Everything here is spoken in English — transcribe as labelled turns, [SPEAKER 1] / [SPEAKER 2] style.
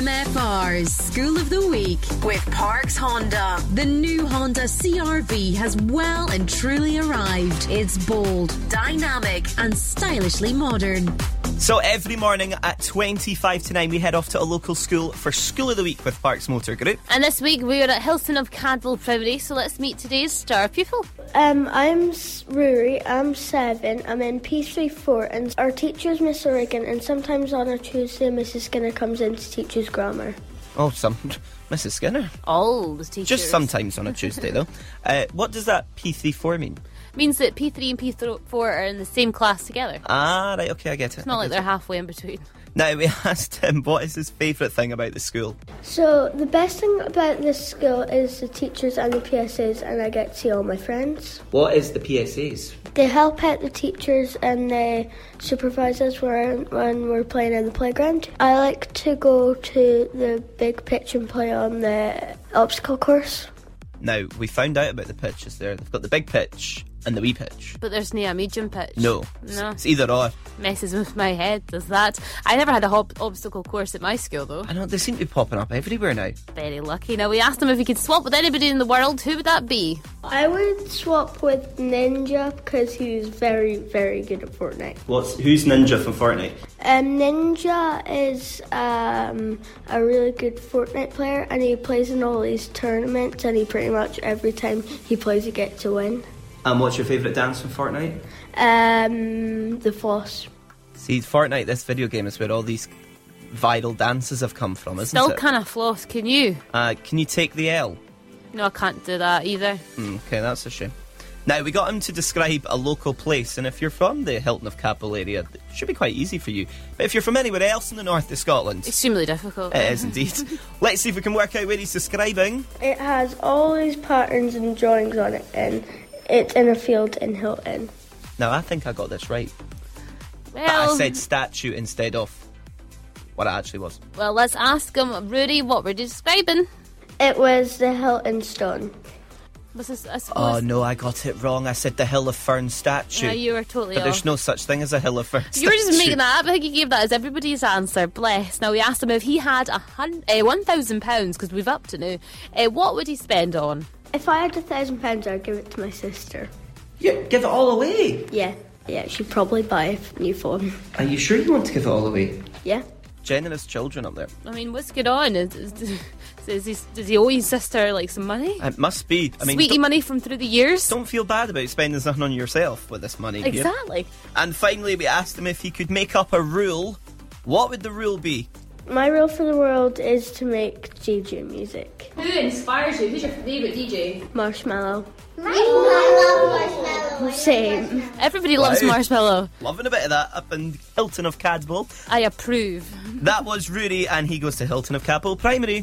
[SPEAKER 1] MFR's School of the Week with Parks Honda. The new Honda CRV has well and truly arrived. It's bold, dynamic, and stylishly modern.
[SPEAKER 2] So every morning at 25 to 9, we head off to a local school for School of the Week with Parks Motor Group.
[SPEAKER 3] And this week we are at Hilton of Cadwell Primary, so let's meet today's star pupil.
[SPEAKER 4] Um, I'm S- Ruri, I'm seven, I'm in P34, and our teacher's Miss O'Regan, and sometimes on a Tuesday, Mrs. Skinner comes in to teach us grammar.
[SPEAKER 2] Oh, some Mrs. Skinner.
[SPEAKER 3] All the teachers.
[SPEAKER 2] Just sometimes on a Tuesday, though. Uh, what does that P34 mean?
[SPEAKER 3] Means that P3 and P4 are in the same class together. It's
[SPEAKER 2] Ah, right, okay, I get it.
[SPEAKER 3] not like they're halfway in between.
[SPEAKER 2] Now, we asked him what is his favourite thing about the school.
[SPEAKER 4] So, the best thing about this school is the teachers and the PSAs, and I get to see all my friends.
[SPEAKER 5] What is the PSAs?
[SPEAKER 4] They help out the teachers and they supervise us when, when we're playing in the playground. I like to go to the big pitch and play on the obstacle course.
[SPEAKER 2] Now, we found out about the pitches there. They've got the big pitch and the wee pitch.
[SPEAKER 3] But there's no medium pitch.
[SPEAKER 2] No.
[SPEAKER 3] No.
[SPEAKER 2] It's either or.
[SPEAKER 3] Messes with my head, does that. I never had a hob- obstacle course at my school though.
[SPEAKER 2] I know, they seem to be popping up everywhere now.
[SPEAKER 3] Very lucky. Now we asked him if he could swap with anybody in the world, who would that be?
[SPEAKER 4] I would swap with Ninja because he was very, very good at Fortnite.
[SPEAKER 2] What's Who's Ninja from Fortnite?
[SPEAKER 4] Um, Ninja is um, a really good Fortnite player and he plays in all these tournaments and he pretty much every time he plays he gets a win.
[SPEAKER 2] And what's your favourite dance from Fortnite?
[SPEAKER 4] Um, the Floss.
[SPEAKER 2] See, Fortnite, this video game, is where all these viral dances have come from, isn't
[SPEAKER 3] Still
[SPEAKER 2] it?
[SPEAKER 3] kind of floss, can you?
[SPEAKER 2] uh, can you take the L?
[SPEAKER 3] No, I can't do that either.
[SPEAKER 2] Hmm, okay, that's a shame. Now, we got him to describe a local place, and if you're from the Hilton of Capel area, it should be quite easy for you. But if you're from anywhere else in the north of Scotland,
[SPEAKER 3] Extremely difficult.
[SPEAKER 2] it is indeed. Let's see if we can work out where he's describing.
[SPEAKER 4] It has all these patterns and drawings on it, and it's in a field in Hilton.
[SPEAKER 2] Now, I think I got this right. But
[SPEAKER 3] well,
[SPEAKER 2] I said statue instead of what it actually was.
[SPEAKER 3] well, let's ask him, Rudy, what we're describing.
[SPEAKER 4] It was the Hilton Stone.
[SPEAKER 3] Was this, I suppose,
[SPEAKER 2] Oh, no, I got it wrong. I said the Hill of Fern statue.
[SPEAKER 3] No, you were totally
[SPEAKER 2] but
[SPEAKER 3] off.
[SPEAKER 2] there's no such thing as a Hill of Fern
[SPEAKER 3] you were just
[SPEAKER 2] statue.
[SPEAKER 3] making that up. I think you gave that as everybody's answer. Bless. Now we asked him if he had a hun- uh, one thousand pounds because we've upped it now. Uh, what would he spend on?
[SPEAKER 4] If I had a thousand pounds, I'd give it to my sister.
[SPEAKER 5] Yeah, give it all away.
[SPEAKER 4] Yeah, yeah, she'd probably buy a new phone.
[SPEAKER 5] Are you sure you want to give it all away?
[SPEAKER 4] Yeah.
[SPEAKER 2] Generous children up there.
[SPEAKER 3] I mean, what's going on? Is, is, is he, does he owe his sister like some money?
[SPEAKER 2] It must be. I mean,
[SPEAKER 3] Sweetie
[SPEAKER 2] don't,
[SPEAKER 3] money from through the years.
[SPEAKER 2] don't feel bad about spending something on yourself with this money. here.
[SPEAKER 3] exactly.
[SPEAKER 2] And finally, we asked him if he could make up a rule. What would the rule be?
[SPEAKER 4] My rule for the world is to make JJ music.
[SPEAKER 3] Who inspires you? Who's your favourite DJ?
[SPEAKER 4] Marshmallow.
[SPEAKER 6] I love marshmallows.
[SPEAKER 4] Same.
[SPEAKER 3] Everybody loves
[SPEAKER 2] Wow.
[SPEAKER 3] Marshmallow.
[SPEAKER 2] Loving a bit of that up in Hilton of Cadwell.
[SPEAKER 3] I approve.
[SPEAKER 2] That was Rudy, and he goes to Hilton of Capel Primary.